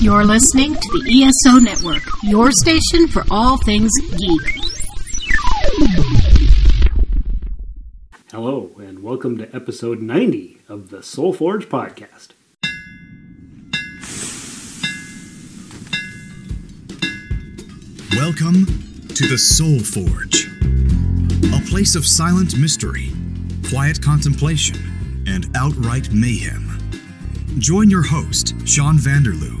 You're listening to the ESO Network, your station for all things geek. Hello, and welcome to episode 90 of the Soul Forge podcast. Welcome to the Soul Forge, a place of silent mystery, quiet contemplation, and outright mayhem. Join your host, Sean Vanderloo,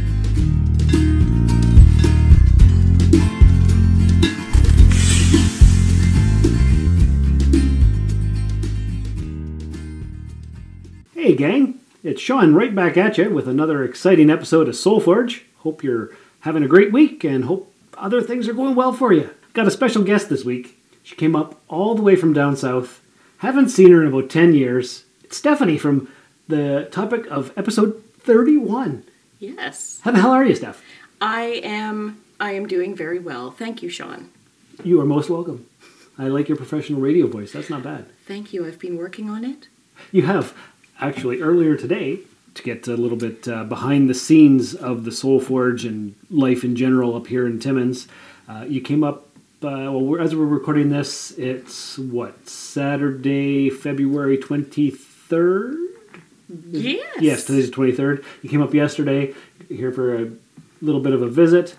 Hey, gang, it's Sean right back at you with another exciting episode of Soul Forge. Hope you're having a great week and hope other things are going well for you. Got a special guest this week. She came up all the way from down south. Haven't seen her in about 10 years. It's Stephanie from the topic of episode 31. Yes, How the hell are you, Steph? I am. I am doing very well. Thank you, Sean. You are most welcome. I like your professional radio voice. That's not bad. Thank you. I've been working on it. You have actually earlier today to get a little bit uh, behind the scenes of the Soul Forge and life in general up here in Timmins. Uh, you came up. Uh, well, we're, as we're recording this, it's what Saturday, February twenty third. Yes. Mm. Yes, today's the twenty third. You came up yesterday here for a little bit of a visit.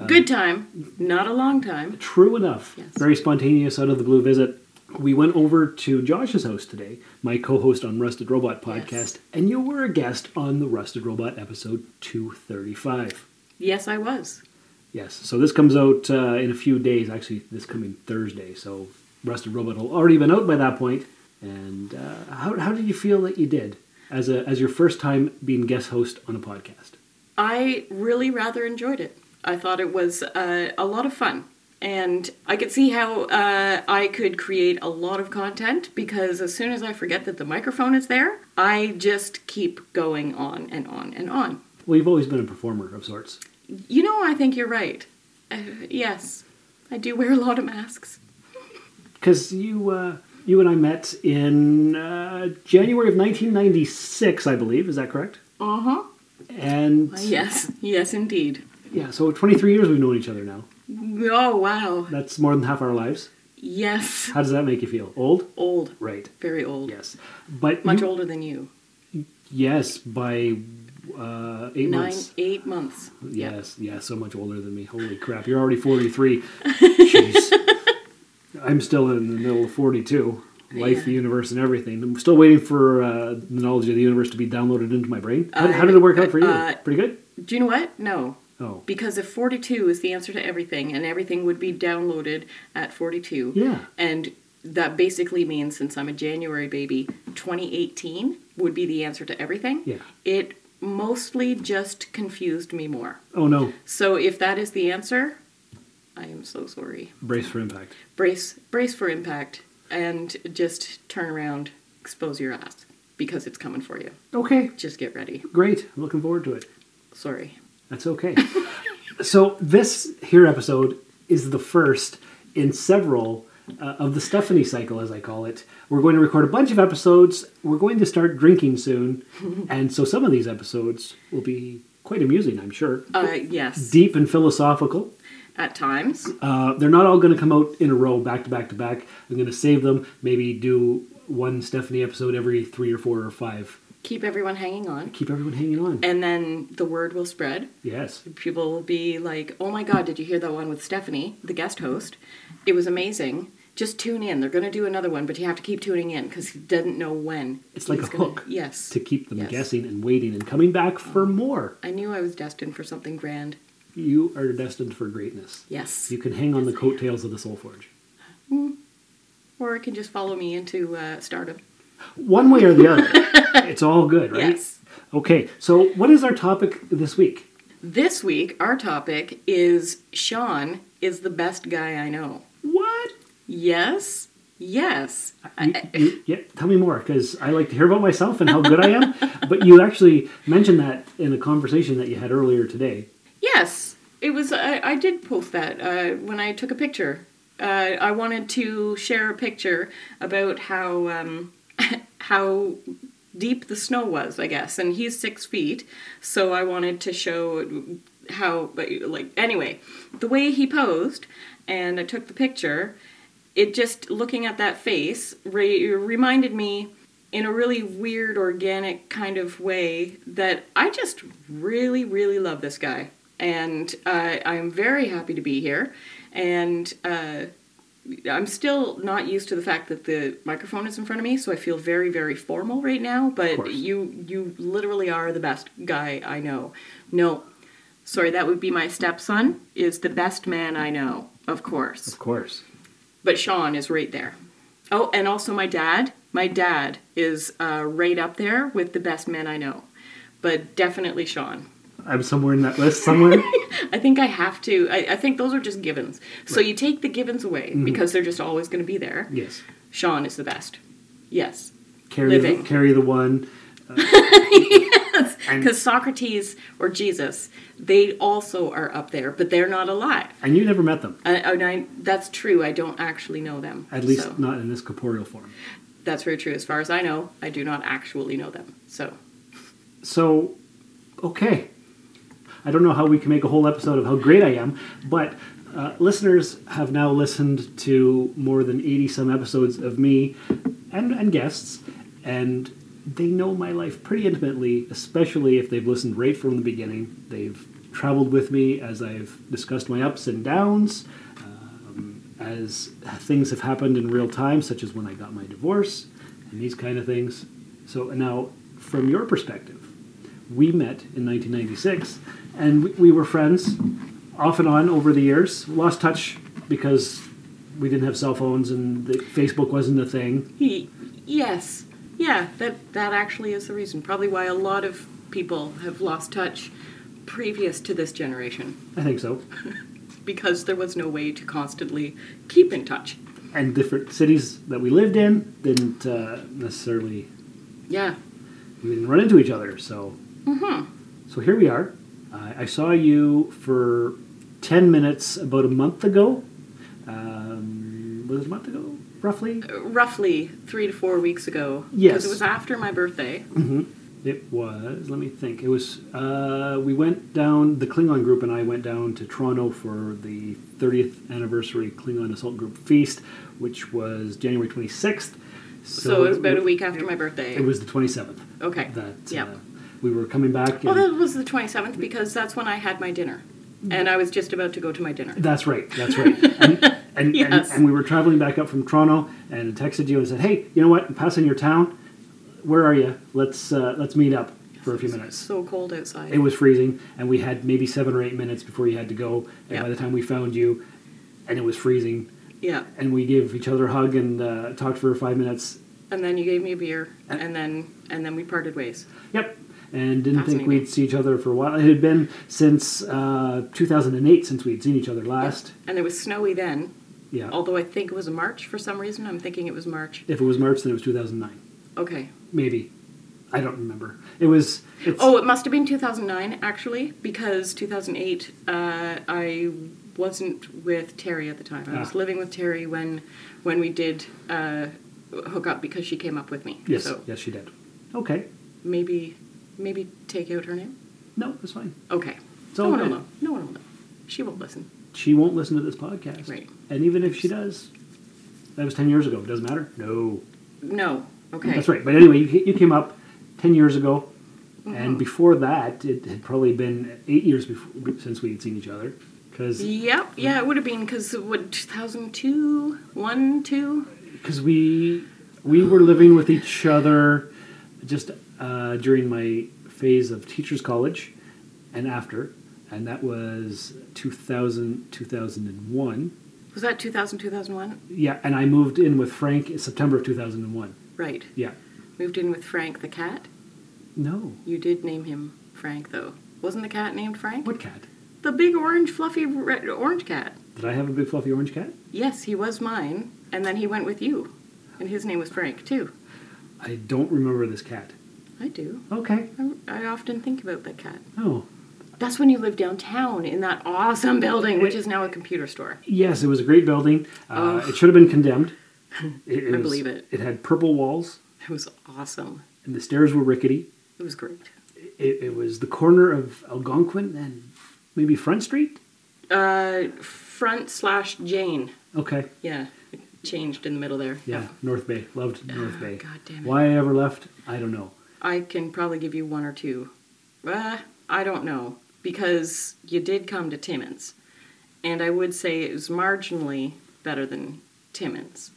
uh, Good time. Not a long time. True enough. Yes. Very spontaneous, out of the blue visit. We went over to Josh's house today, my co host on Rusted Robot podcast, Yes. and you were a guest on the Rusted Robot episode 235. Yes, I was. Yes, so this comes out uh, in a few days, actually, this coming Thursday. So Rusted Robot will already been out by that point. And uh, how, how did you feel that you did as, a, as your first time being guest host on a podcast? I really rather enjoyed it. I thought it was uh, a lot of fun. And I could see how uh, I could create a lot of content because as soon as I forget that the microphone is there, I just keep going on and on and on. Well, you've always been a performer of sorts. You know, I think you're right. Uh, yes, I do wear a lot of masks. because you uh, you and I met in uh, January of 1996, I believe. Is that correct? Uh Uh-huh. huh. And Yes, yes, indeed. yeah, so 23 years we've known each other now. Oh, wow. That's more than half our lives. Yes. How does that make you feel? Old? Old. Right. Very old. Yes, Mm-hmm. but Much you- older than you. Yes, by uh, eight Nine, months. eight months. Yep. Yes, yeah, so much older than me. Holy crap! You're already 43. Jeez, I'm still in the middle of 42. Life, Yeah. the universe, and everything. I'm still waiting for uh, the knowledge of the universe to be downloaded into my brain. How, how did it work out for you? uh, Pretty good. Do you know what? No. Oh, Because if 42 is the answer to everything, and everything would be downloaded at 42, Yeah. and that basically means since I'm a January baby, 2018 would be the answer to everything, Yeah. it mostly just confused me more. oh no! So if that is the answer, I am so sorry. Brace for impact. brace brace for impact and just turn around expose your ass because it's coming for you Okay, just get ready great. I'm looking forward to it. sorry That's okay. so this here episode is the first in several uh, of the Stephanie cycle, as I call it. We're going to record a bunch of episodes. We're going to start drinking soon, and so some of these episodes will be quite amusing, I'm sure. uh yes Deep and philosophical. at times Uh, they're not all going to come out in a row, back to back to back. I'm going to save them. Maybe do one Stephanie episode every three or four or five. keep everyone hanging on Keep everyone hanging on. and then the word will spread Yes. people will be like oh my god did you hear that one with stephanie the guest host it was amazing just tune in they're going to do another one but you have to keep tuning in because he doesn't know when It's like he's a gonna- hook yes To keep them Yes. guessing and waiting and coming back for more. i knew i was destined for something grand You are destined for greatness. yes You can hang on the coattails of the Soul Forge. or it can just follow me into uh, stardom One way or the other, it's all good, right? yes Okay, so what is our topic this week? This week, our topic is Sean is the best guy I know. What? Yes. Yes. You, you- yeah, tell me more because I like to hear about myself and how good I am. But you actually mentioned that in a conversation that you had earlier today. Yes, it was. I, I did post that uh, when I took a picture. Uh, I wanted to share a picture about how um, how deep the snow was, I guess. And he's six feet, so I wanted to show how. But like anyway, the way he posed, and I took the picture. It just looking at that face re- reminded me in a really weird, organic kind of way that I just really, really love this guy. And uh, I'm very happy to be here. And uh, I'm still not used to the fact that the microphone is in front of me, so I feel very, very formal right now. But course. you, you literally are the best guy I know. No, sorry, that would be my stepson. Is the best man I know, of course Of course. but Sean is right there. Oh, and also my dad. My dad is uh, right up there with the best men I know, but definitely Sean. I'm somewhere in that list somewhere. I think I have to. I, I think those are just givens. So you take the givens away because they're just always going to be there. yes. Sean is the best. Yes. Carry the, Living. carry the one. And- Because Socrates or Jesus, they also are up there, but they're not alive. And you never met them, I, and I, that's true. I don't actually know them. at least so. not in this corporeal form. That's very true. As far as I know, I do not actually know them. So. So, okay. I don't know how we can make a whole episode of how great I am, but uh, listeners have now listened to more than 80 some episodes of me and, and guests, and they know my life pretty intimately, especially if they've listened right from the beginning. They've traveled with me as I've discussed my ups and downs, um, as things have happened in real time, such as when I got my divorce and these kind of things. So, now from your perspective, we met in 1996 and we, we were friends off and on over the years lost touch because we didn't have cell phones and the, facebook wasn't a thing He, yes, yeah, that that actually is the reason. Probably why a lot of people have lost touch previous to this generation i think so because there was no way to constantly keep in touch. and different cities that we lived in didn't uh, necessarily Yeah, we didn't run into each other so Mm-hmm. so here we are uh, i saw you for 10 minutes about a month ago um, was it a month ago roughly Oh. roughly three to four weeks ago. Yes. it was after my birthday. It was. Let me think. It was. Uh, we went down. The Klingon group and I went down to Toronto for the 30th anniversary Klingon Assault Group feast, which was January 26th. So, it was about a week after my birthday. It was the 27th. okay. That yeah. uh, we were coming back. well, and- that was the 27th because that's when I had my dinner. And I was just about to go to my dinner. That's right. That's right. And, and, Yes. and, and we were traveling back up from Toronto and texted you and said, "Hey, you know what? I'm passing your town. Where are you? Let's uh, let's meet up for a few minutes." So cold outside. It was freezing, and we had maybe seven or eight minutes before you had to go. And Yeah. by the time we found you, and it was freezing, yeah. and we gave each other a hug and uh, talked for five minutes. and then you gave me a beer and then and then we parted ways Yep, and didn't think Fascinating. we'd see each other for a while. It had been since uh, 2008 since we'd seen each other last. and it was snowy then Yeah. although i think it was march for some reason i'm thinking it was march If it was March, then it was 2009. okay Maybe, I don't remember. It was. It's, oh it must have been 2009 actually because 2008 uh, i wasn't with terry at the time i was Ah. living with terry when when we did uh, hook up because she came up with me yes, so yes, she did. Okay, maybe maybe take out her name no, it's fine. okay It's no all one will good. know no one will know she won't listen She won't listen to this podcast, Right. and even if she does, that was 10 years ago. It doesn't matter. No. no okay That's right. But anyway, you, you came up 10 years ago. Mm-hmm. And before that, it had probably been eight years before, since we had seen each other. Because Yep, yeah, it would have been because what 2002, one, two. we, we were living with each other just uh, during my phase of teacher's college and after. And that was 2000, 2001. Was that 2000, 2001? Yeah, and I moved in with Frank in September of 2001. Right. Yeah. Moved in with Frank the cat. No. You did name him Frank though. Wasn't the cat named Frank? What cat? The big orange fluffy red, orange cat. Did I have a big fluffy orange cat? Yes, he was mine, and then he went with you, and his name was Frank too. I don't remember this cat. I do. Okay. I, I often think about that cat. Oh. That's when you lived downtown in that awesome building, which is now a computer store. Yes, it was a great building. Uh, it should have been condemned. It, I was- believe it. It had purple walls, It was awesome. and the stairs were rickety. It was great. It, it was the corner of Algonquin and maybe Front Street. Uh, front slash Jane. Okay. Yeah, it changed in the middle there. Yeah, North Bay. Loved North Bay. God damn it. Why I ever left, I don't know. I can probably give you one or two. Uh, I don't know because you did come to Timmins, and I would say it was marginally better than Timmins.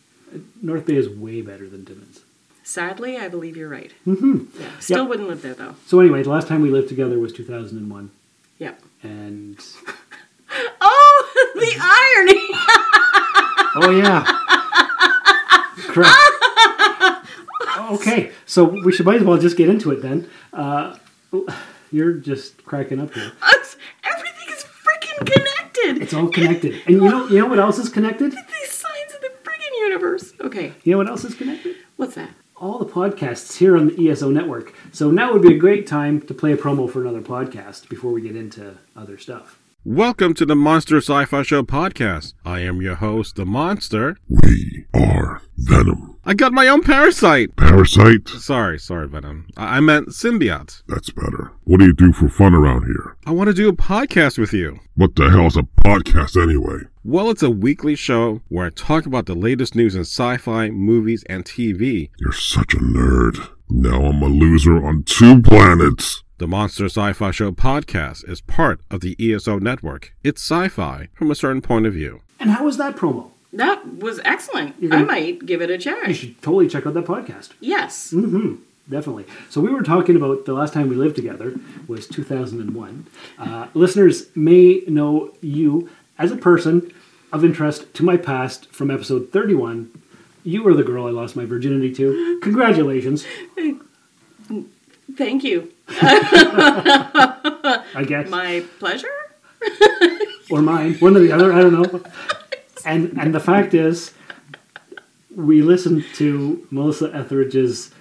North Bay is way better than Timmins. Sadly, I believe you're right. Mm-hmm. Yeah. Still Yep. wouldn't live there though. So anyway, the last time we lived together was 2001, Yep. and Oh, the irony! oh yeah, correct. Okay, so we should might as well just get into it then. Uh, you're just cracking up here. Us- Everything is freaking connected. It's all connected, and you know you know what else is connected? These signs of the friggin' universe. Okay, You know what else is connected? what's that? all the podcasts here on the ESO network. So now would be a great time to play a promo for another podcast before we get into other stuff. Welcome to the Monster Sci Fi Show podcast. I am your host, The Monster. We are Venom. I got my own parasite. Parasite? Sorry, sorry, Venom. I, I meant symbiote. That's better. What do you do for fun around here? I want to do a podcast with you. What the hell's a podcast anyway? Well, it's a weekly show where I talk about the latest news in sci fi, movies, and TV. You're such a nerd. Now I'm a loser on two planets. The Monster Sci Fi Show podcast is part of the ESO network. It's sci fi from a certain point of view. And how was that promo? That was excellent. You're I gonna- might give it a You try. should totally check out that podcast. Yes. hmm Definitely. So we were talking about the last time we lived together was 2001. Uh, listeners may know you as a person of interest to my past from episode 31. You were the girl I lost my virginity to. Congratulations, Thank you. I guess. My pleasure? or mine, one or the other. I don't know. And and the fact is, we listened to Melissa Etheridge's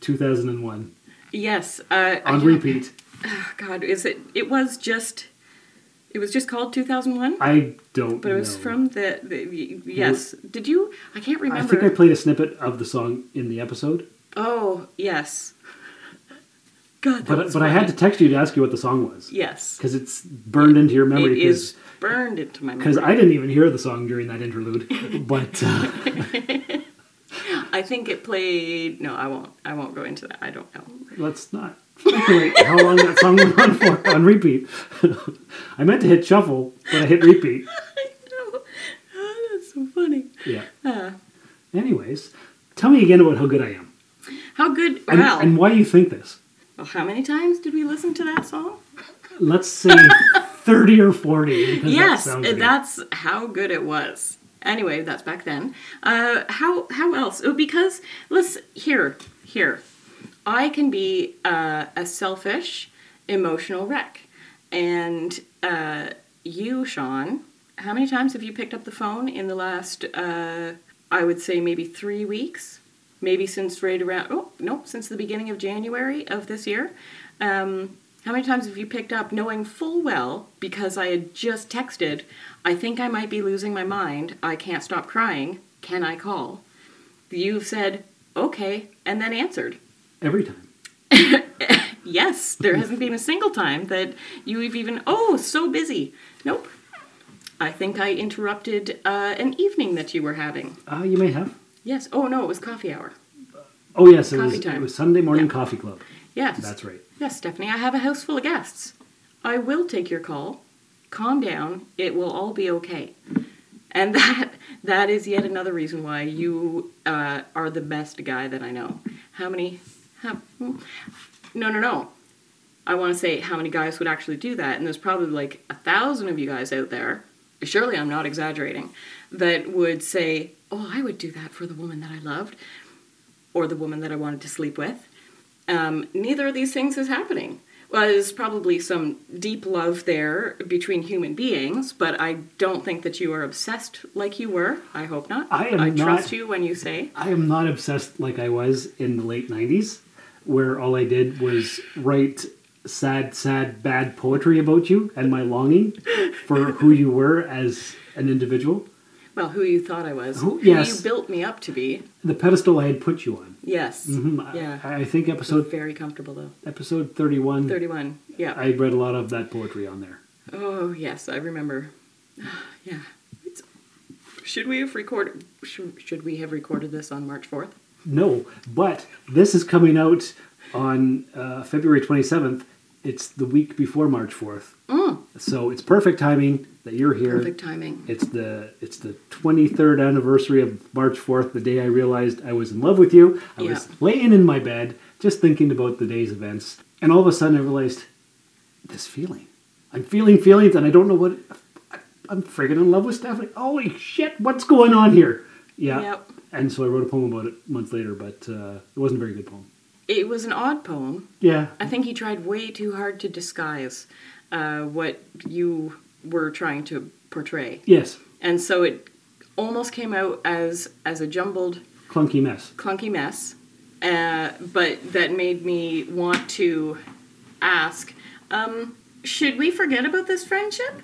2001 Yes. Uh, on repeat. oh, God, is it? It was just. It was just called 2001, I don't. but it was know. from the, the. y- Yes. Did you? I can't I remember. think I played a snippet of the song in the episode, oh, yes. God, that but was but I had to funny. text you to ask you what the song was Yes. because it's burned into your It memory. is burned into my because memory. I didn't even hear the song during that interlude, but uh, I think it played. No, I won't. I won't go into that. I don't know. let's not speculate how long that song went on for on repeat. I meant to hit shuffle, but I hit repeat. I know. Oh, that's so funny. Yeah. Anyways, tell me again about how good I am How good? and, wow. and why you think this. well, how many times did we listen to that song? Let's say 30 or 40. because that yes, sounds uh, good. that's how good it was. Anyway, that's back then. Uh, how how else? Oh, because let's here here, I can be uh, a selfish, emotional wreck, and uh, you, Sean. How many times have you picked up the phone in the last? Uh, I would say maybe three weeks, maybe since right around. Oh no, since the beginning of January of this year. Um, how many times have you picked up knowing full well because I had just texted, I think I might be losing my mind. I can't stop crying. Can I call? You've said, okay, and then answered. Every time. Yes, there hasn't been a single time that you've even, oh, so busy. Nope. I think I interrupted uh, an evening that you were having. Uh, you may have. Yes. Oh, no, it was coffee hour. Oh, yes, it, Coffee was, it time. was Sunday Morning Yeah. Coffee Club. Yes. That's right. Yes, Stephanie, I have a house full of guests. I will take your call. Calm down. It will all be okay. And that that is yet another reason why you uh, are the best guy that I know. How many? How, hmm. no, no, no. I want to say how many guys would actually do that, and there's probably like a thousand of you guys out there. Surely I'm not exaggerating. That would say, "Oh, I would do that for the woman that I loved, or the woman that I wanted to sleep with." um, neither of these things is happening. was probably some deep love there between human beings, but I don't think that you are obsessed like you were. I hope not. I am not- trust you when you say. I am not obsessed like I was in the late 90s, where all I did was write sad, sad, bad poetry about you and my longing for who you were as an individual. Well, who you thought I was. Who- who yes. you built me up to be. The pedestal I had put you on. Yes. Mhm, Yeah. I, I think So episode very comfortable though. episode 31, 31. Yeah. I read a lot of that poetry on there. Oh yes, I remember. yeah. It's, should we have recorded? Should, should we have recorded this on March fourth? No, but this is coming out on uh, February 27th. It's the week before March 4th. So it's perfect timing that you're here. Mm, Perfect timing. It's the it's the 23rd anniversary of March 4th, the day I realized I was in love with you. I was Yeah. laying in my bed just thinking about the day's events, and all of a sudden I realized this feeling. I'm feeling feelings, and I don't know what. I- I'm friggin' in love with Stephanie. Holy shit! What's going on here? Yeah. Yep. And so I wrote a poem about it months later, but uh, it wasn't a very good poem. It was an odd poem. Yeah. I think he tried way too hard to disguise uh, what you were trying to portray, Yes. and so it almost came out as as a jumbled Clunky mess. clunky mess, uh, but that made me want to ask um, should we forget about this friendship?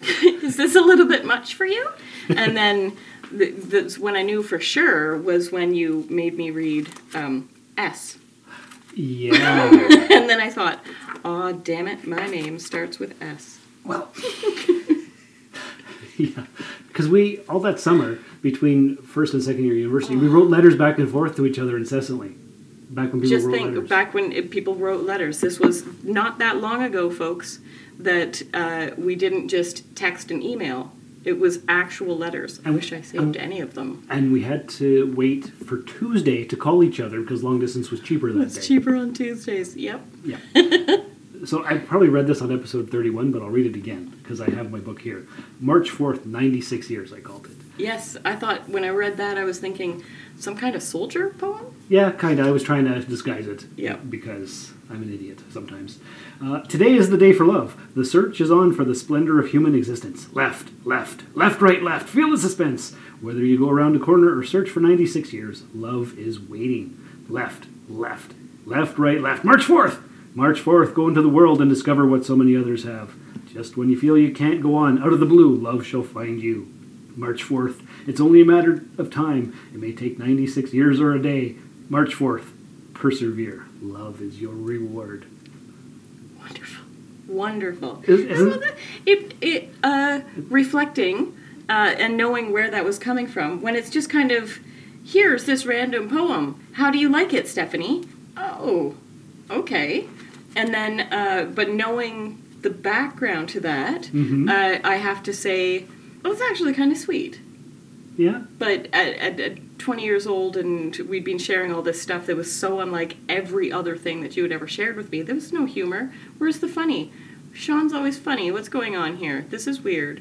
Is this a little bit much for you? And then th- that's when I knew for sure was when you made me read um, S. Yeah. And then I thought, aw, damn it, my name starts with S. Well, yeah, because we all that summer between first and second year university, we wrote letters back and forth to each other incessantly. Back when people Just wrote think letters. back when it, people wrote letters. This was not that long ago, folks, that uh, we didn't just text and email. It was actual letters. I wish I saved any of them. and we had to wait for Tuesday to call each other because long distance was cheaper that day. It's cheaper on Tuesdays. Yep. So I probably read this on episode 31, but I'll read it again because I have my book here. March 4th, 96 years, I called it. Yes, I thought when I read that, I was thinking some kind of soldier poem. Yeah, kind of. I was trying to disguise it. Yeah. Because I'm an idiot sometimes. Uh, today is the day for love. The search is on for the splendor of human existence. Left, left, left, right, left. Feel the suspense. Whether you go around a corner or search for 96 years, love is waiting. Left, left, left, right, left. March 4th! March 4th, go into the world and discover what so many others have. Just when you feel you can't go on, out of the blue, love shall find you. March 4th. It's only a matter of time. It may take 96 years or a day. March 4th. Persevere. Love is your reward. Wonderful. Wonderful. Is- isn't- Well, that- it, it uh, reflecting uh, and knowing where that was coming from when it's just kind of here's this random poem how do you like it stephanie oh okay and then uh, but knowing the background to that uh, i have to say well it's actually kind of sweet Yeah? but at, at, at 20 years old and we'd been sharing all this stuff that was so unlike every other thing that you had ever shared with me there was no humor where's the funny sean's always funny what's going on here this is weird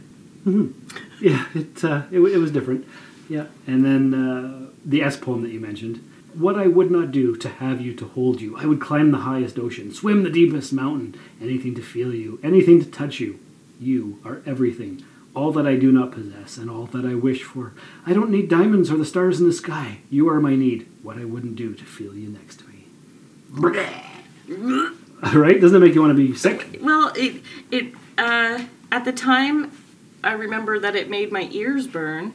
Yeah, it, uh, it, wa- it was different. Yeah. And then uh, the S poem that you mentioned. What I would not do to have you, to hold you. I would climb the highest ocean, swim the deepest mountain, anything to feel you, anything to touch you. You are everything, all that I do not possess, and all that I wish for. I don't need diamonds or the stars in the sky. You are my need, what I wouldn't do to feel you next to me. All right, doesn't it make you want to be sick? well it, it uh, at the time i remember that it made my ears burn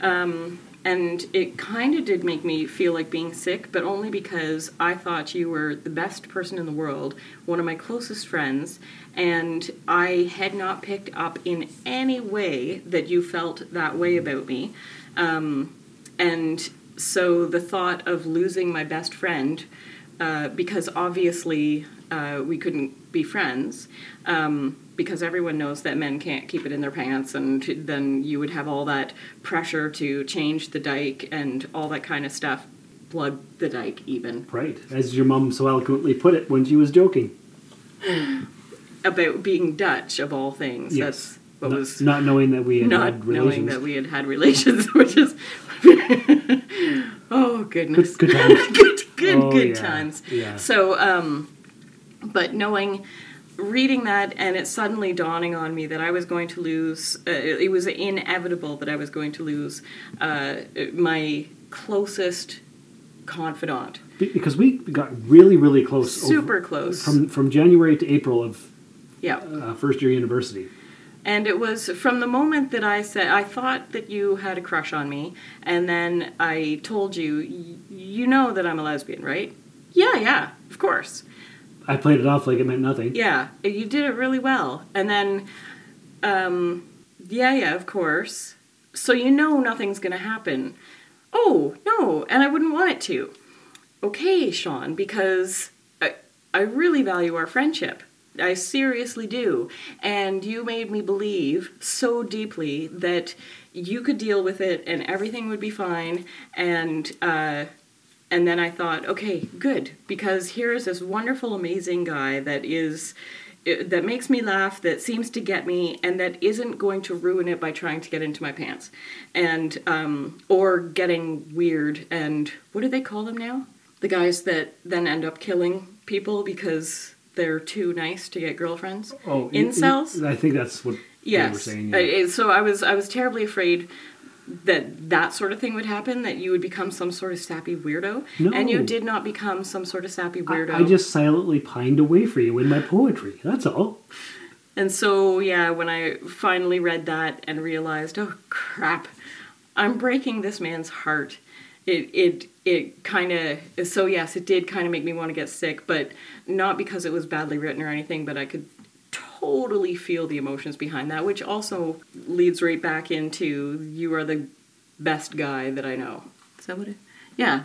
um, and it kind of did make me feel like being sick but only because i thought you were the best person in the world one of my closest friends and i had not picked up in any way that you felt that way about me and so the thought of losing my best friend, uh, because obviously uh, we couldn't be friends, um, because everyone knows that men can't keep it in their pants, and then you would have all that pressure to change the dike and all that kind of stuff, plug the dike even. Right, as your mom so eloquently put it when she was joking. About being Dutch, of all things. Yes. That's what Not- was not knowing that we had not had relations. knowing that we had had relations, which is. oh, goodness. Good times. good, good, Oh, good yeah, times. yeah. So, um, But knowing, reading that, and it suddenly dawning on me that I was going to lose, uh, it was inevitable that I was going to lose uh, my closest confidant. Be- Because we got really, really close. over- Super close. From, from January to April of yeah. uh, first year university. And it was from the moment that I said, I thought that you had a crush on me, and then I told you, "Y- you know that I'm a lesbian, right? Yeah, yeah, of course. I played it off like it meant nothing. Yeah, you did it really well. And then, um, yeah, yeah, of course. So you know nothing's going to happen. Oh, no, and I wouldn't want it to. Okay, Sean, because I, I really value our friendship. I seriously do. And you made me believe so deeply that you could deal with it and everything would be fine. And, uh, and then I thought, okay, good, because here is this wonderful, amazing guy that is it- that makes me laugh, that seems to get me, and that isn't going to ruin it by trying to get into my pants, and um, or getting weird. And what do they call them now? The guys that then end up killing people because they're too nice to get girlfriends. Oh, in- in- incels. I think that's what Yes. they were saying. Uh, yeah. it- so I was I was terribly afraid that that sort of thing would happen that you would become some sort of sappy weirdo No. and you did not become some sort of sappy weirdo I just silently pined away for you in my poetry. That's all. and so yeah when i finally read that and realized oh crap i'm breaking this man's heart it it it kind of so yes it did kind of make me want to get sick but not because it was badly written or anything but i could totally feel the emotions behind that which also leads right back into you are the best guy that i know is that what it yeah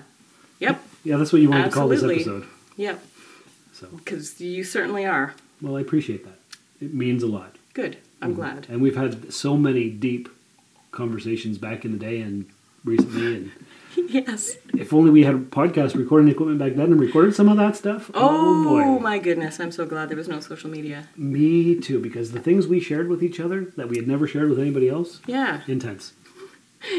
yep Yeah, that's what you wanted to call Absolutely. this episode. yep So, because you certainly are well, I appreciate that. It means a lot. good i'm Mm-hmm. glad And we've had so many deep conversations back in the day and recently. And yes if only we had podcast recording equipment back then and recorded some of that stuff. Oh, my goodness, I'm so glad there was no social media. Me too, because the things we shared with each other that we had never shared with anybody else, Yeah. intense.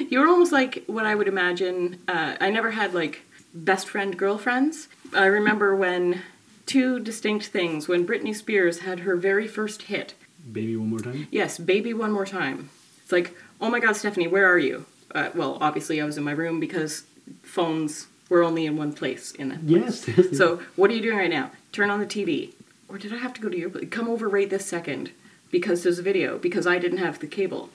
You were almost like what I would imagine. Uh, I never had like best friend girlfriends. I remember when two distinct things, when Britney Spears had her very first hit. Baby, one more time. Yes, Baby One More Time. It's like, oh my God, Stephanie, where are you? Uh, well, obviously, I was in my room because phones were only in one place in that Yes. So, what are you doing right now? Turn on the TV. Or did I have to go to your come over right this second because there's a video because I didn't have the cable.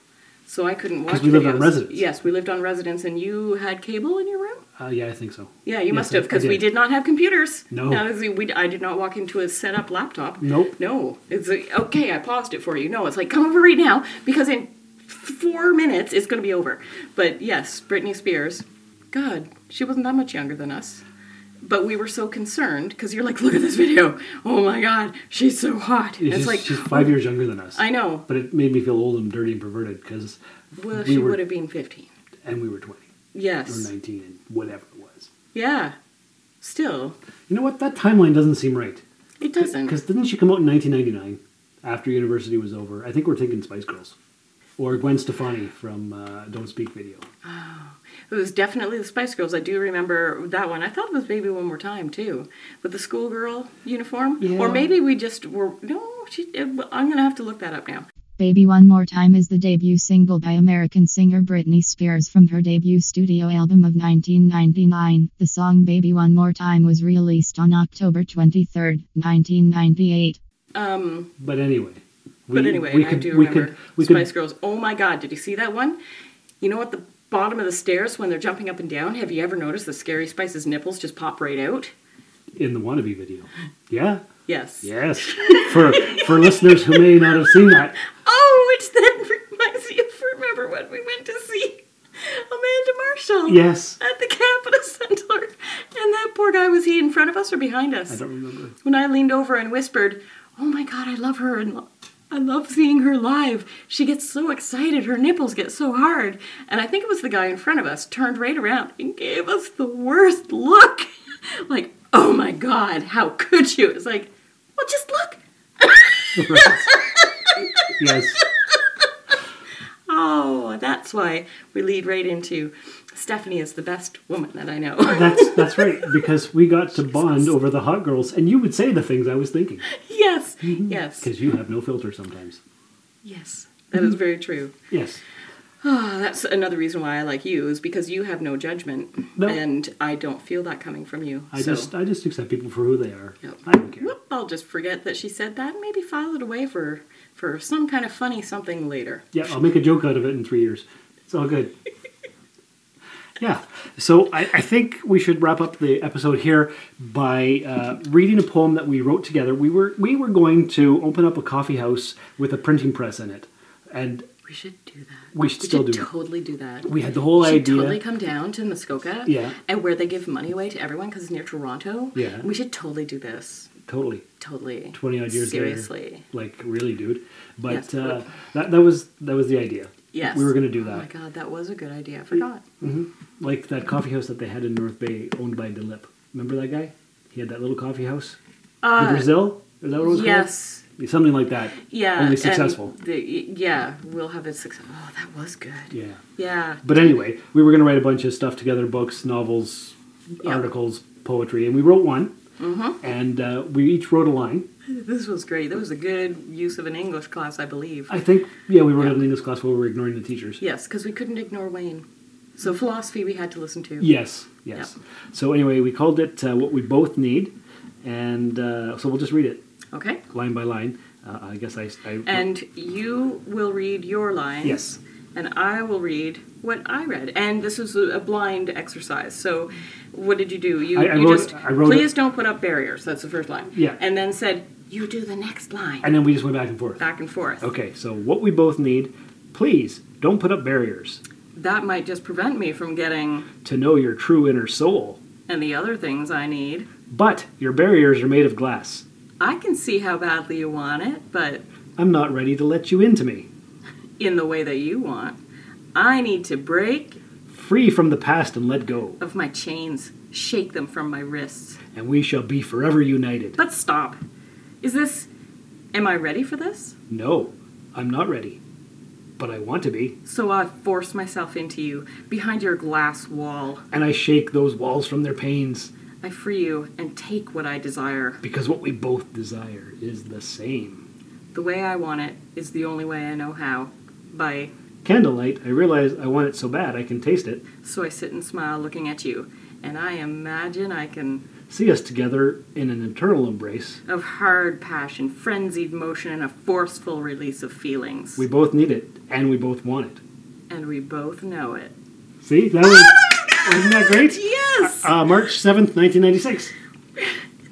So I couldn't watch 'Cause we lived on videos. residence. Yes, we lived on residence and you had cable in your room? uh, yeah, I think so. Yeah, you Yes, must I- have I because we did. did not have computers. No. Now, see, we, I did not walk into a set up laptop. Nope. No. It's like, okay, I paused it for you. No, it's like come over right now because in 4 minutes it's going to be over. But yes, Britney Spears. God, she wasn't that much younger than us but we were so concerned because you're like, look at this video. Oh my god, she's so hot. It's, It's, just- like, she's five years younger than us. I know. But it made me feel old and dirty and perverted because, Well, we she were- would have been 15. and we were 20 or Yes. 19 and whatever it was. Yeah. Still, You know what? That timeline doesn't seem right. it doesn't. Because didn't she come out in 1999 after university was over? I think we're taking Spice Girls or Gwen Stefani from uh, Don't Speak Video. It was definitely the Spice Girls. I do remember that one. I thought it was Baby One More Time too, with the schoolgirl uniform. Or Yeah. maybe we just were. No, she. I'm gonna have to look that up now. Baby One More Time is the debut single by American singer Britney Spears from her debut studio album of 1999. The song Baby One More Time was released on October 23, 1998. Um, But anyway. We, but anyway, we I could- do we remember could- we could- Spice Girls. Oh my God, did you see that one? You know what? The bottom of the stairs when they're jumping up and down. Have you ever noticed the Scary Spice's nipples just pop right out? in the wannabe video. Yeah, Yes. yes. for for listeners who may not have seen that, Oh, which then reminds me of remember when we went to see Amanda Marshall. yes. At the Capitol Center, and that poor guy was he in front of us or behind us? I don't remember. when I leaned over and whispered, "Oh my God, I love her and lo- I love seeing her live. She gets so excited, her nipples get so hard." And I think it was the guy in front of us turned right around and gave us the worst look, like, "Oh my God, how could you?" It's like, "Well, just look." Yes. no, Oh, that's why we lead right into Stephanie is the best woman that I know. That's that's right because we got to bond over the hot girls, and you would say the things I was thinking yes, Mm-hmm. yes, because you have no filter sometimes. yes, that Mm-hmm. is very true. Yes, Ah, that's another reason why I like you is because you have no judgment, No. and I don't feel that coming from you. I so. just I just accept people for who they are. Yep. I don't care. Whoop, I'll just forget that she said that and maybe file it away for for some kind of funny something later. Yeah, I'll make a joke out of it in three years. It's all good. yeah. So I, I think we should wrap up the episode here by uh, reading a poem that we wrote together. We were we were going to open up a coffee house with a printing press in it, and We should do that. We should still should do it. totally do that. we had the whole should idea. totally come down to Muskoka. Yeah. And where they give money away to everyone because it's near Toronto. Yeah. We should totally do this. totally. Totally. 20 odd years later. Seriously. Like really, dude. But Yes. uh, that that was that was the idea. Yes. We were going to do Oh my that, god, that was a good idea. I forgot. like that coffee house that they had in North Bay, owned by DeLip. Remember that guy? He had that little coffee house in Brazil. Is that what it was called? Uh, Yes. something like that. Yeah. only and successful. the- yeah, we'll have it successful. Oh, that was good. Yeah, Yeah. but anyway, we were going to write a bunch of stuff together: books, novels, Yeah. Mm-hmm. articles, poetry, and we wrote one. And uh, we each wrote a line. This was great. That was a good use of an English class, I believe. I think, yeah, we wrote it in English class while we were ignoring the teachers. Yes, because we couldn't ignore Wayne. So philosophy we had to listen to. Yes, yes. Yep. So anyway, we called it uh, "What We Both Need," and uh, so we'll just read it Okay. line by line. Uh, I guess I. I And you will read your lines. Yes. And I will read what I read. And this was a a blind exercise. So what did you do? You, I- I you wrote- just I wrote please it- don't put up barriers. That's the first line. Yeah. And then said, You do the next line. and then we just went back and forth. back and forth. Okay, so what we both need, please don't put up barriers That might just prevent me from getting to know your true inner soul. and the other things I need. But your barriers are made of glass. I can see how badly you want it, but I'm not ready to let you into me. in the way that you want. I need to break Free from the past and let go, of my chains, shake them from my wrists. and we shall be forever united. But stop. Is this. Am I ready for this? No, I'm not ready. But I want to be, So I force myself into you, behind your glass wall. and I shake those walls from their panes, I free you and take what I desire. because what we both desire is the same. The way I want it is the only way I know how. By. Candlelight, I realize I want it so bad I can taste it. So I sit and smile looking at you, and I imagine I can. See us together in an eternal embrace. Of hard passion, frenzied motion, and a forceful release of feelings. We both need it, and we both want it. and we both know it. See, that was. Wasn't Oh, that great? Yes! Uh, March 7th, 1996.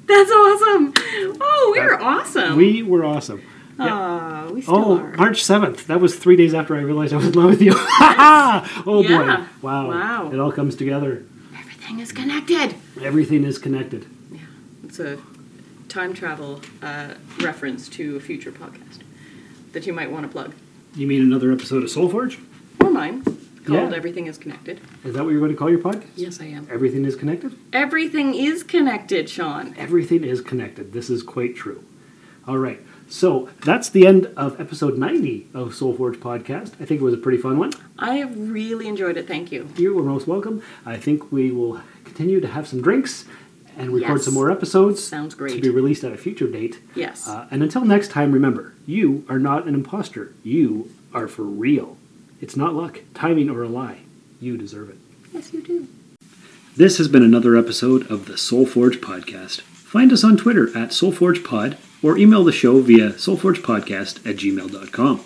That's awesome. Oh, we were That- awesome. We were awesome. Aw, we still Oh, are. March 7th. That was three days after I realized I was in love with you. oh, Yeah. boy. Wow. Wow. It all comes together. Everything is connected. Everything is connected. It's a time travel uh, reference to a future podcast that you might want to plug. You mean another episode of Soul Forge? Or mine, Yeah. called Everything is Connected. Is that what you're going to call your podcast? Yes, I am. Everything is connected? Everything is connected, Sean. Everything is connected. This is quite true. All right. So that's the end of episode 90 of Soul Forge podcast. I think it was a pretty fun one. I have really enjoyed it. Thank you. You are most welcome. I think we will continue to have some drinks and record Yes. some more episodes. Sounds To great. be released at a future date. Yes. Uh, and until next time, remember, you are not an imposter. You are for real. It's not luck, timing, or a lie. You deserve it. yes, you do. This has been another episode of the Soul Forge Podcast. Find us on Twitter at SoulForgePod or email the show via soulforgepodcast at gmail.com.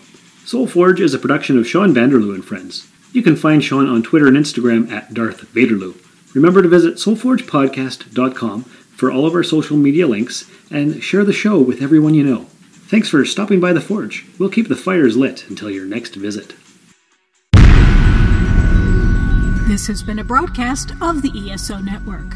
Soul Forge is a production of Sean Vanderloo and Friends. You can find Sean on Twitter and Instagram at Darth Vaderloo. Remember to visit soulforgepodcast.com for all of our social media links and share the show with everyone you know. Thanks for stopping by the Forge. We'll keep the fires lit until your next visit. This has been a broadcast of the ESO Network.